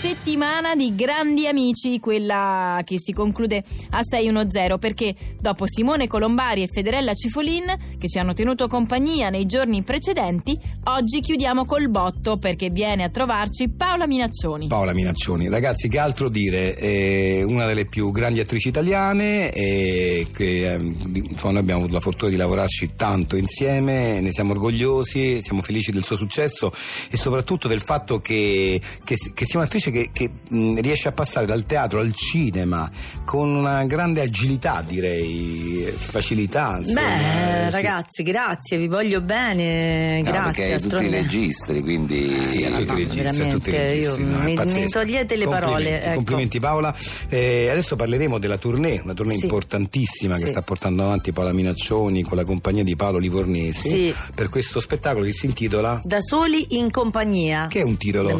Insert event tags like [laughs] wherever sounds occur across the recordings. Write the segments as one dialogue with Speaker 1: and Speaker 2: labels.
Speaker 1: settimana di grandi amici, quella che si conclude a 6-1-0, perché dopo Simone Colombari e Federella Cifolin, che ci hanno tenuto compagnia nei giorni precedenti, oggi chiudiamo col botto perché viene a trovarci Paola Minaccioni.
Speaker 2: Paola Minaccioni, ragazzi, che altro dire? È una delle più grandi attrici italiane, e che, ehm, insomma, noi abbiamo avuto la fortuna di lavorarci tanto insieme, ne siamo orgogliosi, siamo felici del suo successo e soprattutto del fatto che, che, che sia un'attrice che, che mh, riesce a passare dal teatro al cinema con una grande agilità, direi, facilità. Insomma. eh,
Speaker 3: Beh, sì. ragazzi, grazie, vi voglio bene.
Speaker 4: No, grazie.
Speaker 3: a
Speaker 4: tutti i registri,
Speaker 5: Ah,
Speaker 4: quindi.
Speaker 2: Sì, a tutti i registri. A tutti i registri
Speaker 3: Eh, io,
Speaker 2: no,
Speaker 3: mi, mi, togliete le
Speaker 2: complimenti,
Speaker 3: parole. Ecco.
Speaker 2: Complimenti, Paola. Eh, adesso parleremo della tournée, una tournée sì. importantissima sì. che sta portando avanti Paola Minaccioni con la compagnia di Paolo Livornesi per questo spettacolo che si intitola
Speaker 3: Da soli in compagnia.
Speaker 2: Che è un titolo?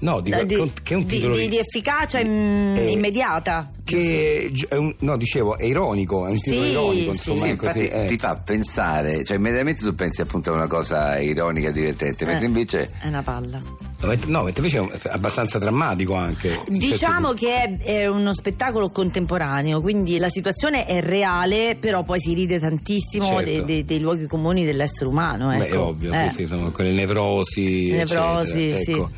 Speaker 2: No, dico, di, che è un titolo.
Speaker 3: Di, di, di, efficacia in, eh, immediata.
Speaker 2: Che no, dicevo, è ironico, è un titolo
Speaker 3: sì,
Speaker 2: ironico.
Speaker 3: Sì,
Speaker 2: insomma,
Speaker 4: sì,
Speaker 2: così,
Speaker 4: infatti
Speaker 2: eh.
Speaker 4: ti fa pensare, cioè immediatamente tu pensi appunto a una cosa ironica, divertente, eh, mentre invece.
Speaker 3: È una palla.
Speaker 2: No, mentre invece è abbastanza drammatico anche.
Speaker 3: Diciamo certo che è, è, uno spettacolo contemporaneo, quindi la situazione è reale, però poi si ride tantissimo certo. dei, dei, dei, luoghi comuni dell'essere umano. Ecco.
Speaker 2: Beh, è ovvio, sì, sì, sono quelle nevrosi.
Speaker 3: Nevrosi,
Speaker 2: eccetera,
Speaker 3: sì.
Speaker 2: Ecco.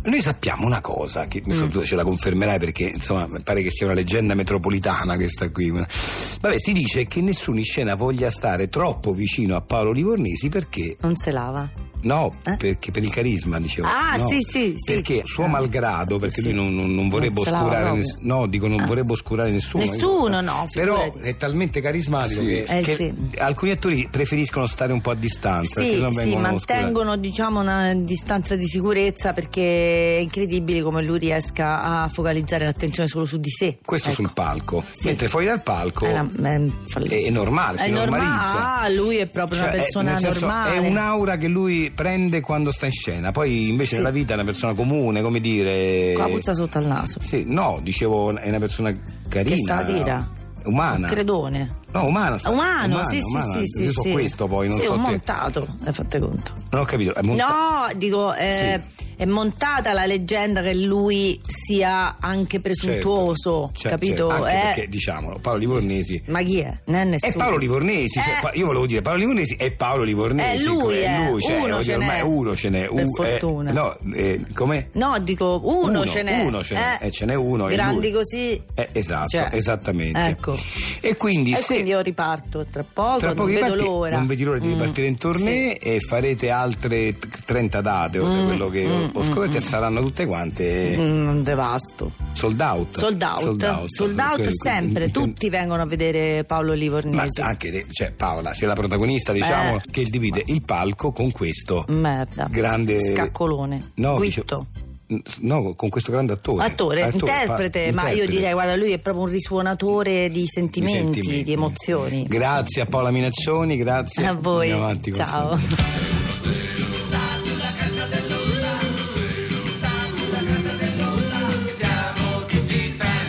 Speaker 2: Noi sappiamo una cosa, che mm. tu ce la confermerai perché insomma mi pare che sia una leggenda metropolitana questa qui. Vabbè, si dice che nessuno in scena voglia stare troppo vicino a Paolo Livornesi perché.
Speaker 3: Non se lava.
Speaker 2: No, eh? perché per il carisma, dicevo.
Speaker 3: Ah,
Speaker 2: no,
Speaker 3: sì, sì, sì. Ah.
Speaker 2: Perché suo malgrado, perché sì. lui non, non, non vorrebbe non oscurare ness- no, dico non ah. vorrebbe oscurare nessuno.
Speaker 3: Nessuno, no.
Speaker 2: [laughs] Però è talmente carismatico sì. che, eh, che sì. alcuni attori preferiscono stare un po' a distanza.
Speaker 3: Sì,
Speaker 2: sì
Speaker 3: mantengono diciamo, una distanza di sicurezza perché è incredibile come lui riesca a focalizzare l'attenzione solo su di sé.
Speaker 2: Questo
Speaker 3: ecco.
Speaker 2: sul palco. Mentre fuori dal palco è, una, è, è normale, si
Speaker 3: è
Speaker 2: normalizza.
Speaker 3: Ah, lui è proprio
Speaker 2: cioè,
Speaker 3: una persona
Speaker 2: è, senso,
Speaker 3: normale.
Speaker 2: È un'aura che lui prende quando sta in scena, poi invece sì. nella vita è una persona comune, come dire.
Speaker 3: Con la puzza sotto al naso.
Speaker 2: Sì, no, dicevo, è una persona carina. Che
Speaker 3: sta tira.
Speaker 2: Umana.
Speaker 3: Un credone.
Speaker 2: No, umana. Sta,
Speaker 3: umano, umana, sì,
Speaker 2: umana.
Speaker 3: sì, sì.
Speaker 2: Io so
Speaker 3: sì.
Speaker 2: questo poi, non
Speaker 3: sì,
Speaker 2: so.
Speaker 3: È montato, hai fatto conto.
Speaker 2: Non ho capito. È monta-
Speaker 3: no, dico, è, sì. è montata la leggenda che lui sia anche presuntuoso,
Speaker 2: certo. Cioè,
Speaker 3: capito?
Speaker 2: Certo.
Speaker 3: È...
Speaker 2: perché, diciamolo, Paolo Livornesi.
Speaker 3: Ma chi è? Non è nessuno.
Speaker 2: È Paolo Livornesi.
Speaker 3: È...
Speaker 2: Cioè, io volevo dire Paolo Livornesi è Paolo Livornesi.
Speaker 3: È lui, eh.
Speaker 2: è lui. Cioè,
Speaker 3: uno
Speaker 2: dire, ormai
Speaker 3: n'è.
Speaker 2: uno ce n'è.
Speaker 3: Per
Speaker 2: U-
Speaker 3: fortuna.
Speaker 2: eh, no, eh, com'è?
Speaker 3: No, dico, uno,
Speaker 2: Uno,
Speaker 3: ce n'è.
Speaker 2: uno ce n'è.
Speaker 3: Eh,
Speaker 2: Eh, ce n'è uno, è
Speaker 3: Grandi
Speaker 2: lui.
Speaker 3: così.
Speaker 2: Eh, esatto,
Speaker 3: Cioè,
Speaker 2: esattamente.
Speaker 3: Ecco.
Speaker 2: E quindi,
Speaker 3: E
Speaker 2: se-
Speaker 3: quindi io riparto tra poco,
Speaker 2: tra poco
Speaker 3: non
Speaker 2: riparti-
Speaker 3: vedo l'ora.
Speaker 2: non vedi l'ora di
Speaker 3: Mm,
Speaker 2: ripartire in tournée e farete altre t- 30 date, oltre a
Speaker 3: Mm,
Speaker 2: quello che ho-
Speaker 3: mm,
Speaker 2: ho scoperto, e saranno tutte quante
Speaker 3: sì. Mm, devasto.
Speaker 2: sold out.
Speaker 3: Sold out, sold out,
Speaker 2: Que- que-
Speaker 3: sempre,
Speaker 2: que-
Speaker 3: tutti vengono a vedere Paolo
Speaker 2: Ma
Speaker 3: Livornesi.
Speaker 2: anche de- cioè, Paola, sei la protagonista, diciamo,
Speaker 3: Eh.
Speaker 2: che divide il palco con questo
Speaker 3: Mm. Merda.
Speaker 2: grande
Speaker 3: Scaccolone.
Speaker 2: No,
Speaker 3: Guitto.
Speaker 2: dice- no, con questo grande attore.
Speaker 3: Attore,
Speaker 2: pa-
Speaker 3: interprete, ma io
Speaker 2: interprete.
Speaker 3: direi, guarda, lui è proprio un risuonatore di sentimenti, di,
Speaker 2: sentimenti.
Speaker 3: emozioni.
Speaker 2: Grazie a Paola Minaccioni, grazie
Speaker 3: a voi.
Speaker 2: Andiamo avanti con
Speaker 3: Ciao.
Speaker 2: Sotto.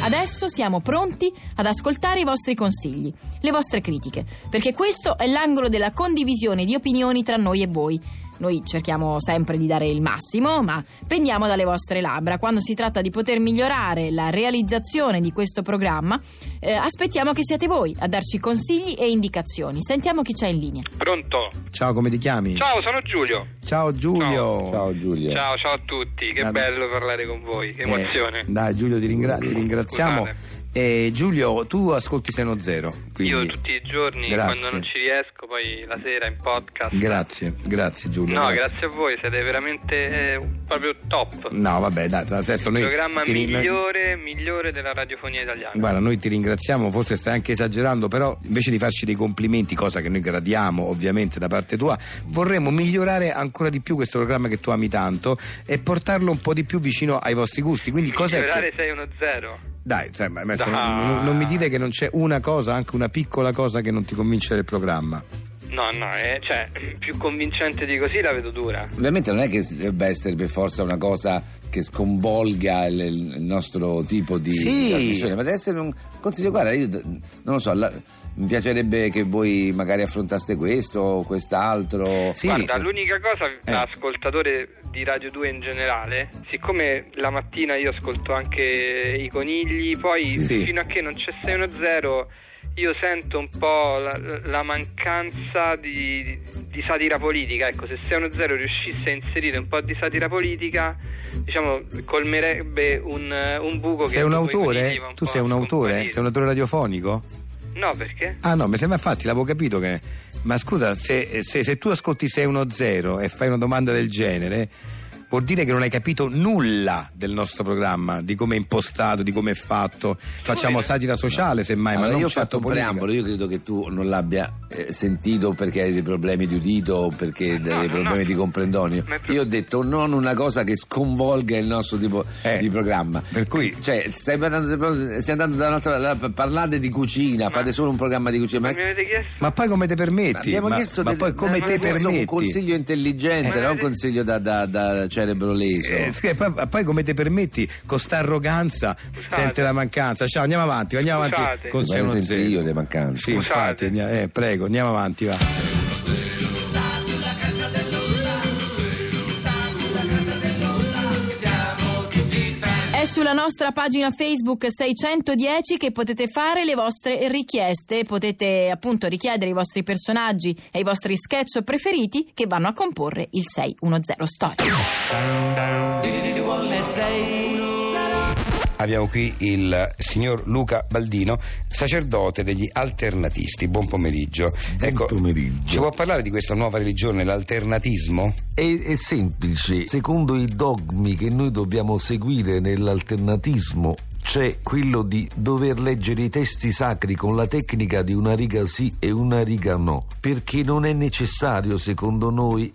Speaker 1: Adesso siamo pronti ad ascoltare i vostri consigli, le vostre critiche, perché questo è l'angolo della condivisione di opinioni tra noi e voi. Noi cerchiamo sempre di dare il massimo, ma pendiamo dalle vostre labbra. Quando si tratta di poter migliorare la realizzazione di questo programma, eh, aspettiamo che siate voi a darci consigli e indicazioni. Sentiamo chi c'è in linea.
Speaker 6: Pronto?
Speaker 5: Ciao, come ti chiami?
Speaker 6: Ciao, sono Giulio.
Speaker 5: Ciao Giulio.
Speaker 4: Ciao Giulia.
Speaker 6: Ciao, ciao a tutti, che
Speaker 5: Vabbè.
Speaker 6: bello parlare con voi,
Speaker 5: Eh,
Speaker 6: emozione.
Speaker 5: dai Giulio, ti, ringra- ti ringraziamo.
Speaker 6: Scusate.
Speaker 5: Eh, Giulio, tu ascolti Seno Zero. Quindi...
Speaker 6: Io tutti i giorni,
Speaker 5: Grazie.
Speaker 6: quando non ci riesco, poi la sera in podcast.
Speaker 5: Grazie, grazie Giulio.
Speaker 6: No, grazie a voi, siete veramente eh, proprio top.
Speaker 5: No, vabbè, dai, adesso noi...
Speaker 6: Il programma
Speaker 5: ti rin-
Speaker 6: migliore, migliore della radiofonia italiana.
Speaker 5: Guarda, noi ti ringraziamo, forse stai anche esagerando, però invece di farci dei complimenti, cosa che noi gradiamo ovviamente da parte tua, vorremmo migliorare ancora di più questo programma che tu ami tanto e portarlo un po' di più vicino ai vostri gusti. Quindi cos'è
Speaker 6: Migliorare
Speaker 5: che...
Speaker 6: 610.
Speaker 5: Dai, insomma, adesso
Speaker 6: Dai.
Speaker 5: non, non- non mi dite che non c'è una cosa, anche una piccola cosa che non ti convince del programma.
Speaker 6: No, no, eh, cioè, più convincente di così la vedo dura.
Speaker 4: Ovviamente non è che debba essere per forza una cosa che sconvolga il, il nostro tipo di
Speaker 5: Sì.
Speaker 4: trasmissione, ma deve essere un consiglio. Guarda, io d- non lo so, la- mi piacerebbe che voi magari affrontaste questo o quest'altro.
Speaker 5: Sì.
Speaker 6: Guarda, l'unica cosa
Speaker 5: Eh.
Speaker 6: l'ascoltatore di Radio 2 in generale, siccome la mattina io ascolto anche i conigli, poi
Speaker 2: Sì.
Speaker 6: fino a che non c'è 610 io sento un po' la, la mancanza di, di- di satira politica, ecco, se 610 riuscisse a inserire un po' di satira politica, diciamo, colmerebbe un, un buco che...
Speaker 2: Sei un
Speaker 6: dopo i
Speaker 2: autore?
Speaker 6: conigli va
Speaker 2: Tu
Speaker 6: po'
Speaker 2: sei un
Speaker 6: a
Speaker 2: autore?
Speaker 6: scomparire.
Speaker 2: Sei un autore radiofonico?
Speaker 6: No, perché?
Speaker 2: Ah no, mi sembra infatti, l'avevo capito che... Ma scusa, se, se- se tu ascolti 610 e fai una domanda del genere, vuol dire che non hai capito nulla del nostro programma, di come è impostato, di come è fatto. Facciamo satira sociale semmai,
Speaker 4: Allora,
Speaker 2: ma non
Speaker 4: io ho
Speaker 2: certo
Speaker 4: fatto un
Speaker 2: politica.
Speaker 4: preambolo, io credo che tu non l'abbia eh, sentito perché hai dei problemi di udito o perché
Speaker 6: no,
Speaker 4: hai dei
Speaker 6: no,
Speaker 4: problemi
Speaker 6: no.
Speaker 4: di comprendonio.
Speaker 6: Ma è proprio-
Speaker 4: Io ho detto non una cosa che sconvolga il nostro tipo
Speaker 2: Eh,
Speaker 4: di programma.
Speaker 2: per cui-
Speaker 4: cioè, stai parlando, di- stai andando da un'altra la- parlate di cucina, fate solo un programma di cucina. Ma,
Speaker 6: Ma mi avete chiesto?
Speaker 2: Ma poi come te permetti?
Speaker 4: abbiamo
Speaker 2: Ma,
Speaker 4: chiesto
Speaker 2: ma
Speaker 4: del-
Speaker 2: poi come
Speaker 4: ma
Speaker 2: te
Speaker 4: questo è
Speaker 2: permetti?
Speaker 4: un consiglio intelligente,
Speaker 6: Eh.
Speaker 4: non un consiglio da, da- da cerebro leso. Cioè,
Speaker 2: Eh, scusa, poi, poi come ti permetti con sta arroganza sente la mancanza ciao andiamo avanti andiamo avanti
Speaker 6: Scusate.
Speaker 2: con
Speaker 4: Ti farei
Speaker 2: 610.
Speaker 4: sentire io le mancanze.
Speaker 2: sì
Speaker 6: Scusate.
Speaker 2: infatti andiamo- eh, prego andiamo avanti va
Speaker 1: È sulla nostra pagina Facebook 610 che potete fare le vostre richieste, potete appunto richiedere i vostri personaggi e i vostri sketch preferiti che vanno a comporre il 610 Story.
Speaker 7: Abbiamo qui il signor Luca Baldino, sacerdote degli alternatisti. Buon pomeriggio. ecco,
Speaker 8: pomeriggio.
Speaker 7: Ci può parlare di questa nuova religione, l'alternatismo?
Speaker 8: È, è semplice, secondo i dogmi che noi dobbiamo seguire nell'alternatismo, c'è quello di dover leggere i testi sacri con la tecnica di una riga sì e una riga no, perché non è necessario, secondo noi,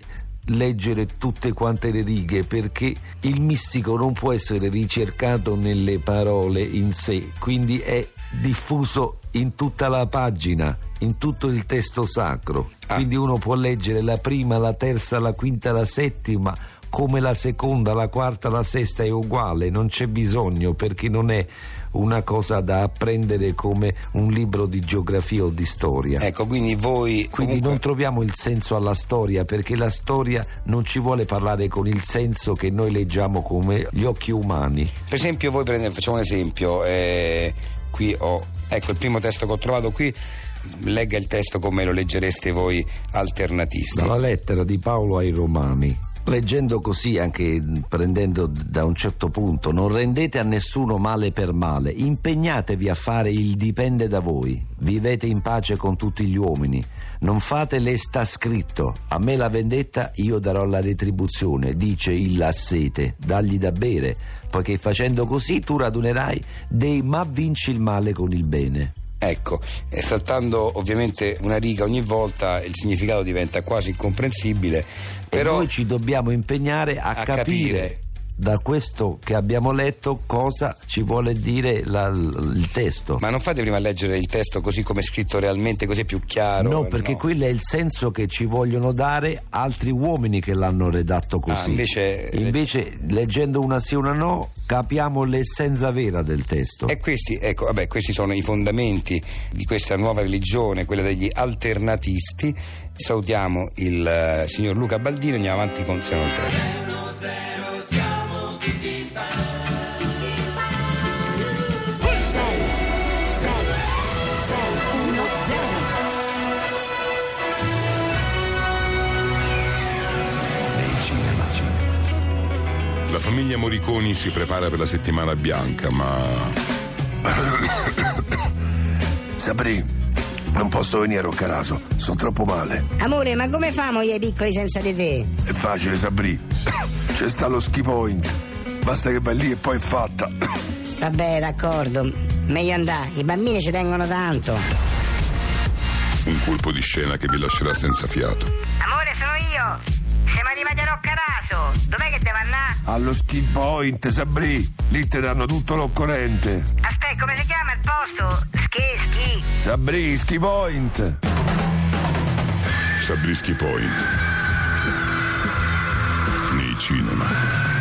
Speaker 8: leggere tutte quante le righe, perché il mistico non può essere ricercato nelle parole in sé, quindi è diffuso in tutta la pagina, in tutto il testo sacro.
Speaker 7: Ah.
Speaker 8: Quindi uno può leggere la prima, la terza, la quinta, la settima, come la seconda, la quarta, la sesta è uguale, non c'è bisogno perché non è una cosa da apprendere come un libro di geografia o di storia.
Speaker 7: Ecco, quindi voi
Speaker 8: Quindi
Speaker 7: comunque-
Speaker 8: non troviamo il senso alla storia perché la storia non ci vuole parlare con il senso che noi leggiamo come gli occhi umani.
Speaker 7: Per esempio, voi prendete, facciamo un esempio, eh, qui ho, ecco il primo testo che ho trovato qui, legga il testo come lo leggereste voi alternatisti.
Speaker 8: Dalla lettera di Paolo ai Romani. Leggendo così, anche prendendo da un certo punto, non rendete a nessuno male per male, impegnatevi a fare il dipende da voi, vivete in pace con tutti gli uomini, non fate le sta scritto, a me la vendetta io darò la retribuzione, dice il lassete, dagli da bere, poiché facendo così tu radunerai dei ma vinci il male con il bene.
Speaker 7: Ecco, e saltando ovviamente una riga ogni volta il significato diventa quasi incomprensibile,
Speaker 8: E
Speaker 7: però
Speaker 8: noi ci dobbiamo impegnare a,
Speaker 7: a
Speaker 8: capire,
Speaker 7: capire.
Speaker 8: da questo che abbiamo letto cosa ci vuole dire la- l- il testo.
Speaker 7: ma non fate prima a leggere il testo così come è scritto realmente, così è più chiaro.
Speaker 8: No,
Speaker 7: eh,
Speaker 8: perché quello è il senso che ci vogliono dare altri uomini che l'hanno redatto così.
Speaker 7: Ah, invece-
Speaker 8: Invece, leggendo una sì e una no, capiamo l'essenza vera del testo.
Speaker 7: E questi, ecco, vabbè, questi sono i fondamenti di questa nuova religione, quella degli alternatisti. Salutiamo il eh, signor Luca Baldini e andiamo avanti con Siamo Tre.
Speaker 9: La famiglia Moriconi si prepara per la settimana bianca, ma.
Speaker 10: Sapri, non posso venire a Roccaraso, sono troppo male.
Speaker 3: Amore, ma come famo io ai piccoli senza di te?
Speaker 10: È facile, Sabri. [coughs] C'è sta lo ski point. Basta che vai lì e poi è fatta. [coughs]
Speaker 3: Vabbè, d'accordo, meglio andare, i bambini ci tengono tanto.
Speaker 9: Un colpo di scena che vi lascerà senza fiato.
Speaker 3: Amore, sono io! Siamo arrivati a Roccaraso! Dov'è che devo andare?
Speaker 10: Allo ski point, Sabri. Lì ti danno tutto l'occorrente.
Speaker 3: Aspetta, come si chiama il posto? Schi, schi!
Speaker 10: Sabri, ski point.
Speaker 9: Sabrischi Point. Nei cinema.